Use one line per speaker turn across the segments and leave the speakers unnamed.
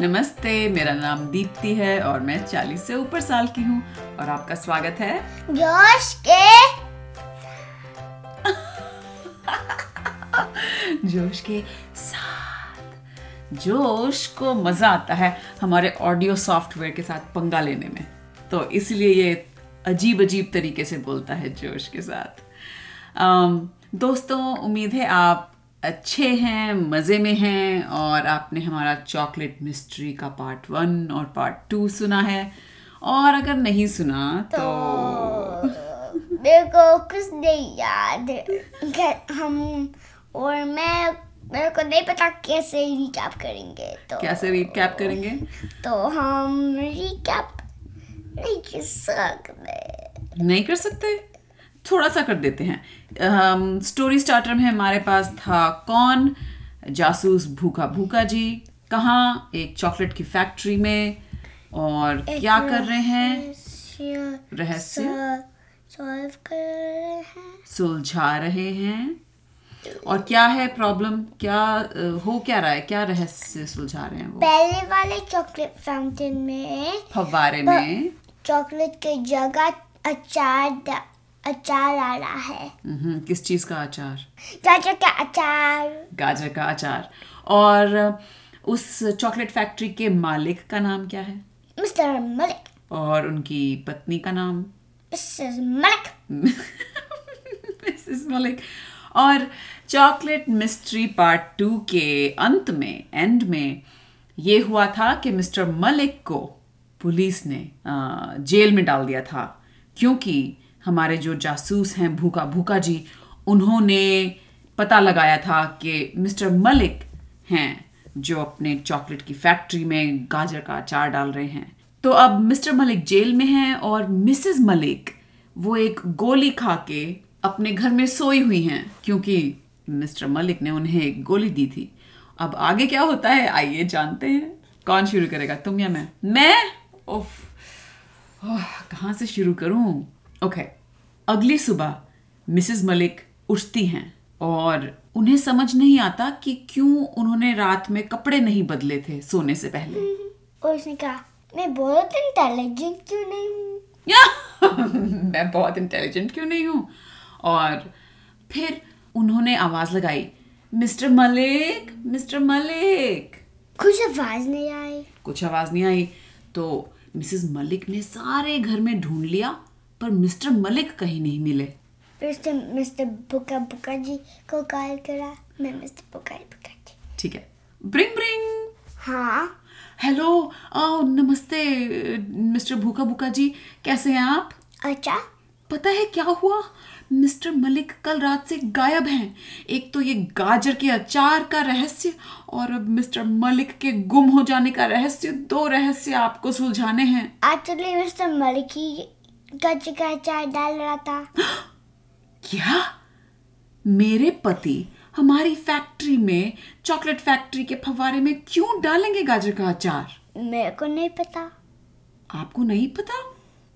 नमस्ते मेरा नाम दीप्ति है और मैं 40 से ऊपर साल की हूँ और आपका स्वागत है
जोश के
जोश के साथ जोश को मजा आता है हमारे ऑडियो सॉफ्टवेयर के साथ पंगा लेने में तो इसलिए ये अजीब अजीब तरीके से बोलता है जोश के साथ अम, दोस्तों उम्मीद है आप अच्छे हैं मज़े में हैं और आपने हमारा चॉकलेट मिस्ट्री का पार्ट वन और पार्ट टू सुना है और अगर नहीं सुना तो
मेरे को कुछ नहीं याद है। घर- हम और मैं मेरे को नहीं पता कैसे रिकैप करेंगे तो
कैसे रिकैप करेंगे
तो हम रिकैप नहीं कर सकते
नहीं कर सकते थोड़ा सा कर देते हैं हम स्टोरी स्टार्टर में हमारे पास था कौन जासूस भूखा भूखा जी कहाँ एक चॉकलेट की फैक्ट्री में और क्या कर रहे हैं रहस्य
सॉल्व कर रहे हैं
सुलझा रहे हैं और क्या है प्रॉब्लम क्या अ, हो क्या रहा है क्या रहस्य सुलझा रहे हैं वो
पहले वाले चॉकलेट फाउंटेन में
फव्वारे में
तो चॉकलेट के जगह अचार डा- अचार आ रहा है
हम्म, किस चीज़ का अचार
चाचा का अचार
गाजर का अचार और उस चॉकलेट फैक्ट्री के मालिक का नाम क्या है
मिस्टर मलिक
और उनकी पत्नी का नाम
मिसेस मलिक
मिसेस मलिक और चॉकलेट मिस्ट्री पार्ट टू के अंत में एंड में ये हुआ था कि मिस्टर मलिक को पुलिस ने अ, जेल में डाल दिया था क्योंकि हमारे जो जासूस हैं भूखा भूखा जी उन्होंने पता लगाया था कि मिस्टर मलिक हैं जो अपने चॉकलेट की फैक्ट्री में गाजर का अचार डाल रहे हैं तो अब मिस्टर मलिक जेल में हैं और मिसेस मलिक वो एक गोली खा के अपने घर में सोई हुई हैं क्योंकि मिस्टर मलिक ने उन्हें एक गोली दी थी अब आगे क्या होता है आइए जानते हैं कौन शुरू करेगा तुम या मैं मैं उफ ओह, कहाँ से शुरू करूं ओके अगली सुबह मिसेस मलिक उठती हैं और उन्हें समझ नहीं आता कि क्यों उन्होंने रात में कपड़े नहीं बदले थे सोने से पहले
और उसने कहा मैं बहुत इंटेलिजेंट क्यों नहीं हूँ
मैं बहुत इंटेलिजेंट क्यों नहीं हूँ और फिर उन्होंने आवाज लगाई मिस्टर मलिक मिस्टर मलिक
कुछ आवाज नहीं आई
कुछ आवाज नहीं आई तो मिसेस मलिक ने सारे घर में ढूंढ लिया पर मिस्टर मलिक कहीं नहीं मिले
फिर उसने मिस्टर बुका बुका जी को कॉल करा मैं मिस्टर बुका बुका जी
ठीक है ब्रिंग ब्रिंग
हाँ
हेलो आओ नमस्ते मिस्टर भूखा भूखा जी कैसे हैं आप
अच्छा
पता है क्या हुआ मिस्टर मलिक कल रात से गायब हैं एक तो ये गाजर के अचार का रहस्य और अब मिस्टर मलिक के गुम हो जाने का रहस्य दो रहस्य आपको सुलझाने हैं
एक्चुअली मिस्टर मलिक ही गज का चाय डाल रहा था
क्या मेरे पति हमारी फैक्ट्री में चॉकलेट फैक्ट्री के फव्वारे में क्यों डालेंगे गाजर का अचार
मेरे को नहीं पता
आपको नहीं पता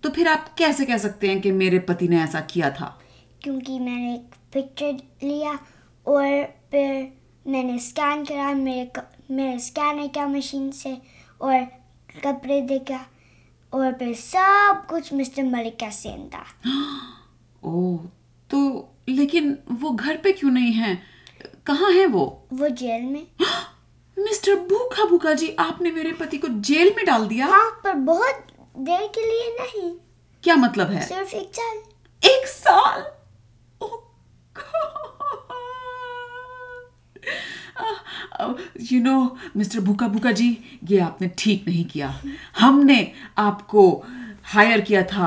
तो फिर आप कैसे कह सकते हैं कि मेरे पति ने ऐसा किया था
क्योंकि मैंने एक पिक्चर लिया और फिर मैंने स्कैन करा मेरे क- मेरे स्कैनर क्या मशीन से और कपड़े देखा और फिर सब कुछ मिस्टर मलिक का सेम था
ओ तो लेकिन वो घर पे क्यों नहीं है कहाँ है वो
वो जेल में
मिस्टर भूखा भूखा जी आपने मेरे पति को जेल में डाल दिया
हाँ पर बहुत देर के लिए नहीं
क्या मतलब है
सिर्फ एक साल
एक साल Oh God! You know Mr Bhukha Bhukha जी ये आपने ठीक नहीं किया हमने आपको हायर किया था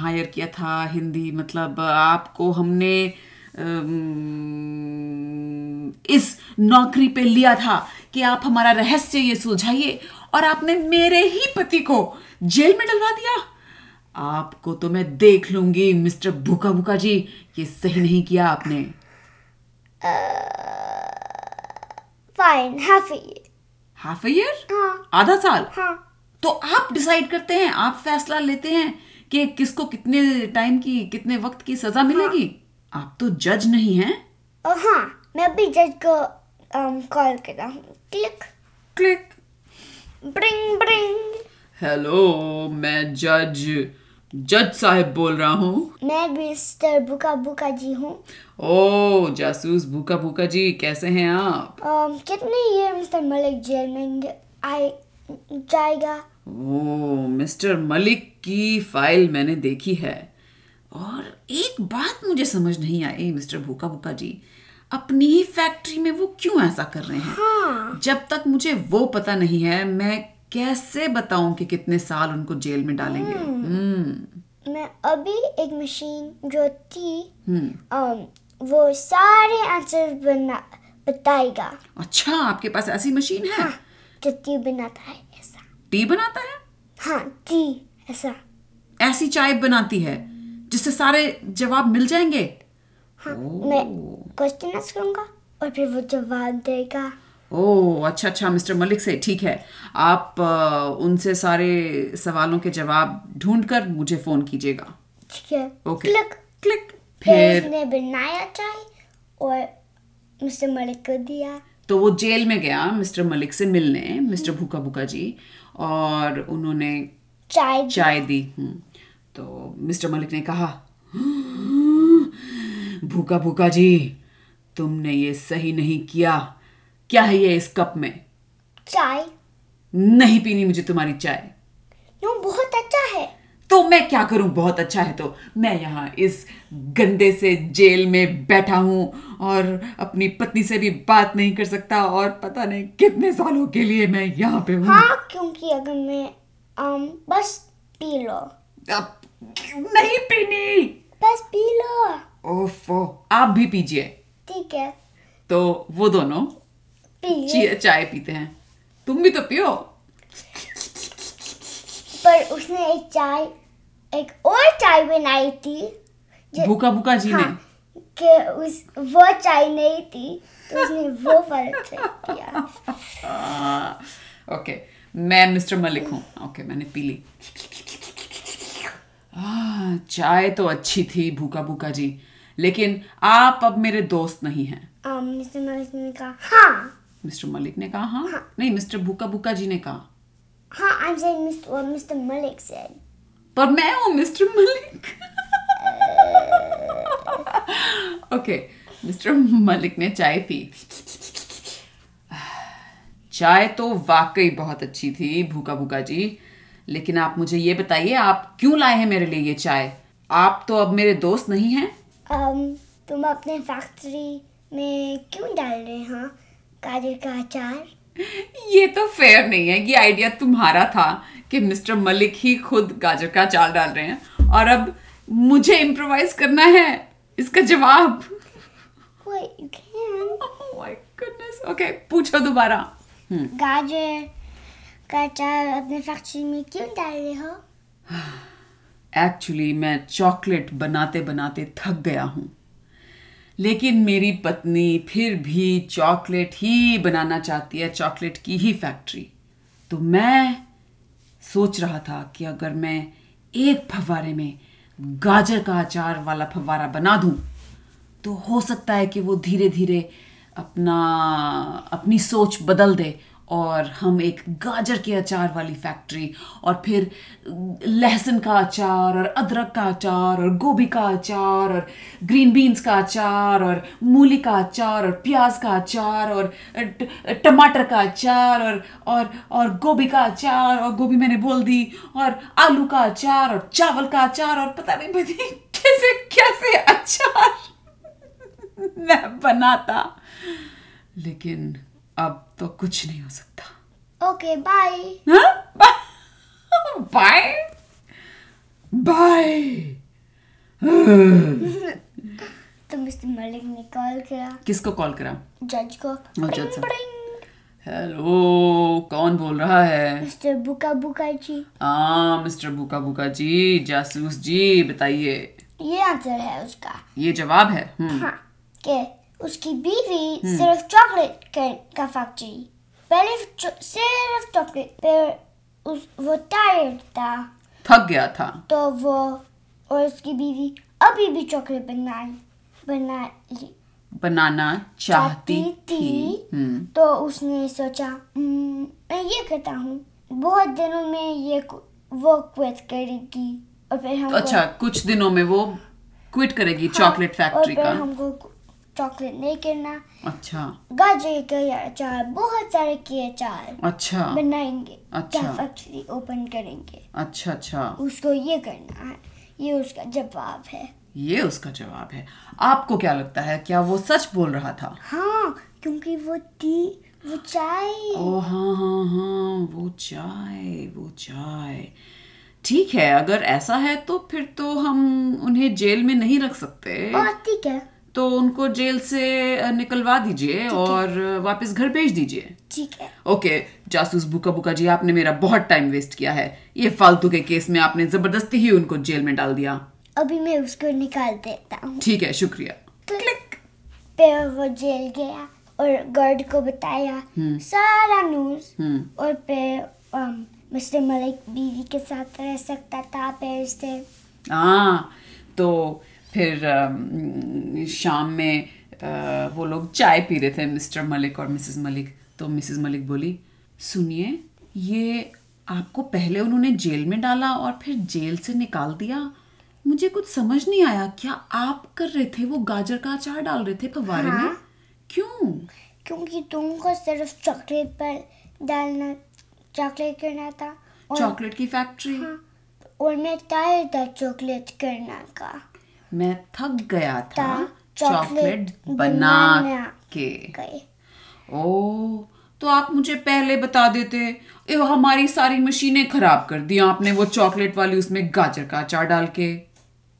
हायर किया था हिंदी मतलब आपको हमने um, अम, इस नौकरी पे लिया था कि आप हमारा रहस्य ये सुलझाइए और आपने मेरे ही पति को जेल में डलवा दिया आपको तो मैं देख लूंगी मिस्टर भूखा भूखा जी ये सही नहीं किया आपने
fine half year
half a year
हाँ
आधा साल
हाँ
तो आप डिसाइड करते हैं आप फैसला लेते हैं कि किसको कितने टाइम की कितने वक्त की सजा मिलेगी आप तो जज नहीं हैं
और हाँ मैं अभी जज को कॉल करा हूँ click
click
bring bring
hello मैं जज जज साहब बोल रहा हूँ
मैं मिस्टर बुका बुका जी हूँ
ओ जासूस भूखा भूखा जी कैसे हैं आप
अम, कितने ईयर मिस्टर मलिक जेल में ग- आए जाएगा
ओ मिस्टर मलिक की फाइल मैंने देखी है और एक बात मुझे समझ नहीं आई मिस्टर भूखा भूखा जी अपनी ही फैक्ट्री में वो क्यों ऐसा कर रहे हैं जब तक मुझे वो पता नहीं है मैं कैसे बताऊं कि कितने साल उनको जेल में डालेंगे हम्म
मैं अभी एक मशीन जो थी अम, वो सारे आंसर बना बताएगा हाँ,
अच्छा आपके पास ऐसी मशीन है
जो टी बनाता है ऐसा
टी बनाता है
हाँ टी ऐसा
ऐसी चाय बनाती है जिससे सारे जवाब मिल जाएंगे
हाँ मैं क्वेश्चन आंसर करूँगा और फिर वो जवाब देगा
ओह अच्छा अच्छा मिस्टर मलिक से ठीक है आप अ, उनसे सारे सवालों के जवाब ढूंढ कर मुझे फोन कीजिएगा
ठीक है
ओके
क्लिक
क्लिक
फिर
फिर
उसने बनाया चाय और मिस्टर मलिक को दिया
तो वो जेल में गया मिस्टर मलिक से मिलने मिस्टर भूखा भूखा जी और उन्होंने
चाय दी।
चाय दी हम्म, तो मिस्टर मलिक ने कहा भूखा भूखा जी तुमने ये सही नहीं किया क्या है ये इस कप में
चाय
नहीं पीनी मुझे तुम्हारी चाय
नो बहुत अच्छा है
तो मैं क्या करूं बहुत अच्छा है तो मैं यहाँ इस गंदे से जेल में बैठा हूं और अपनी पत्नी से भी बात नहीं कर सकता और पता नहीं कितने सालों के लिए मैं यहाँ पे हूँ
हाँ क्योंकि अगर मैं अम, बस पी लो
अब नहीं पीनी
बस पी लो
ओफो आप भी पीजिए
ठीक है
तो वो दोनों
पी
ची- चाय पीते हैं तुम भी तो पियो
पर उसने एक चाय एक और चाय बनाई थी जे-
भूखा भूखा जी ने
हाँ कि उस वो चाय नहीं थी तो उसने वो फर्क किया
आ, ओके मैं मिस्टर मलिक हूँ ओके मैंने पी ली आ, चाय तो अच्छी थी भूखा भूखा जी लेकिन आप अब मेरे दोस्त नहीं हैं
अम, मिस्टर मलिक Um, ने कहा हाँ
मिस्टर मलिक ने कहा हाँ नहीं मिस्टर भूखा भूखा जी ने कहा
हाँ I am saying Mr Mr Malik said
पर मैं हूँ Mr Malik okay Mr Malik ने चाय पी चाय तो वाकई बहुत अच्छी थी भूखा भूखा जी लेकिन आप मुझे ये बताइए आप क्यों लाए हैं मेरे लिए ये चाय आप तो अब मेरे दोस्त नहीं हैं
अम, तुम अपने फैक्ट्री में क्यों डाल रहे हो गाजर का अचार
ये तो फेयर नहीं है ये आइडिया तुम्हारा था कि मिस्टर मलिक ही खुद गाजर का चाल डाल रहे हैं और अब मुझे इम्प्रोवाइज करना है इसका जवाब
Wait, you can.
Oh my goodness. Okay, पूछो दोबारा
गाजर का अचार अपने फैक्ट्री में क्यों डाल रहे हो
एक्चुअली मैं चॉकलेट बनाते बनाते थक गया हूँ लेकिन मेरी पत्नी फिर भी चॉकलेट ही बनाना चाहती है चॉकलेट की ही फैक्ट्री तो मैं सोच रहा था कि अगर मैं एक फव्वारे में गाजर का अचार वाला फव्वारा बना दूं तो हो सकता है कि वो धीरे धीरे अपना अपनी सोच बदल दे और हम एक गाजर के अचार वाली फैक्ट्री और फिर लहसुन का अचार और अदरक का अचार और गोभी का अचार और ग्रीन बीन्स का अचार और मूली का अचार और प्याज का अचार और ट- टमाटर का अचार और और और गोभी का अचार और गोभी मैंने बोल दी और आलू का अचार और चावल का अचार और पता नहीं पता नहीं कैसे कैसे अचार मैं बनाता लेकिन अब तो कुछ नहीं हो सकता
ओके बाय
हाँ? बाय बाय
तो मिस्टर मलिक ने कॉल किया
किसको कॉल करा
जज को
जज साहब।
पिंग
हेलो कौन बोल रहा है
मिस्टर बुका बुका जी
हाँ मिस्टर भूखा भूखा जी जासूस जी बताइए
ये आंसर है उसका
ये जवाब है हम्म,
हाँ के उसकी बीवी सिर्फ चॉकलेट के- का फैक्ट्री पहले चो- सिर्फ चॉकलेट फिर उस वो टायर्ड था
थक गया था
तो वो और उसकी बीवी अभी भी चॉकलेट बनाई बना ली
बनाना चाहती
चाहती
थी
थी।
हम्म,
तो उसने सोचा "हम्म, मैं ये करता हूँ बहुत दिनों में ये वो क्विट करेगी और फिर हमको
अच्छा कुछ दिनों में वो क्विट करेगी चॉकलेट
हाँ,
फैक्ट्री
और
का
फिर हमको चॉकलेट नहीं करना
अच्छा
गाजर के अचार बहुत सारे के अचार
अच्छा
बनाएंगे
अच्छा।
क्या फैक्ट्री ओपन करेंगे
अच्छा अच्छा
उसको ये करना है ये उसका जवाब है
ये उसका जवाब है आपको क्या लगता है क्या वो सच बोल रहा था
हाँ क्योंकि वो टी वो चाय
ओ हाँ हाँ हाँ वो चाय वो चाय ठीक है अगर ऐसा है तो फिर तो हम उन्हें जेल में नहीं रख सकते
और ठीक है
तो उनको जेल से अ, निकलवा दीजिए और अ, वापस घर भेज दीजिए
ठीक है
ओके जासूस बुका बुका जी आपने मेरा बहुत टाइम वेस्ट किया है ये फालतू के केस में आपने जबरदस्ती ही उनको जेल में डाल दिया
अभी मैं उसको निकाल देता हूँ
ठीक है शुक्रिया
क्लिक फिर वो जेल गया और गार्ड को बताया सारा न्यूज और फिर मिस्टर मलिक बीवी के साथ रह सकता था फिर से
हाँ तो फिर अम, शाम में अ, वो लोग चाय पी रहे थे मिस्टर मलिक और मिसेस मलिक तो मिसेस मलिक बोली सुनिए ये आपको पहले उन्होंने जेल में डाला और फिर जेल से निकाल दिया मुझे कुछ समझ नहीं आया क्या आप कर रहे थे वो गाजर का अचार डाल रहे थे फवारे में
हाँ।
क्यों
क्योंकि तुमको सिर्फ चॉकलेट पर डालना चॉकलेट करना था और, हाँ।
चॉकलेट की फैक्ट्री
और मैं टायर था चॉकलेट करना का
मैं थक गया था
था
चॉकलेट
चॉकलेट
बना
बना
के
गए
ओ तो आप मुझे पहले बता देते ए, हमारी सारी मशीनें खराब कर दी आपने वो चॉकलेट वाली उसमें गाजर का अचार डाल के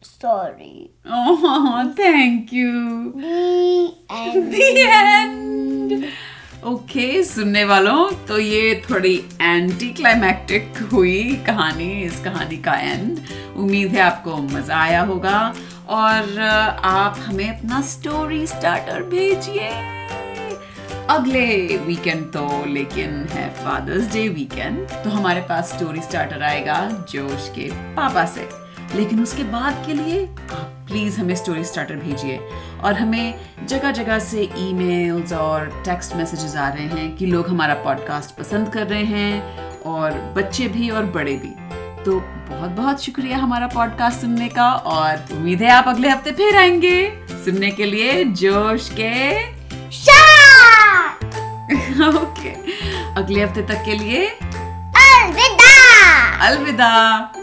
sorry
oh thank you The end. Okay सुनने वालों तो ये थोड़ी एंटी क्लाइमैक्टिक हुई कहानी इस कहानी का एंड उम्मीद है आपको मज़ा आया होगा और अ, आप हमें अपना स्टोरी स्टार्टर भेजिए अगले वीकेंड तो लेकिन है फादर्स डे वीकेंड तो हमारे पास स्टोरी स्टार्टर आएगा जोश के पापा से लेकिन उसके बाद के लिए आप प्लीज़ हमें स्टोरी स्टार्टर भेजिए और हमें जगह जगह से ईमेल्स और टेक्स्ट मैसेजेस आ रहे हैं कि लोग हमारा पॉडकास्ट पसंद कर रहे हैं और बच्चे भी और बड़े भी तो बहुत बहुत शुक्रिया हमारा पॉडकास्ट सुनने का और उम्मीद है आप अगले हफ्ते फिर आएंगे सुनने के लिए जोश के ओके अगले हफ्ते तक के लिए
अलविदा
अलविदा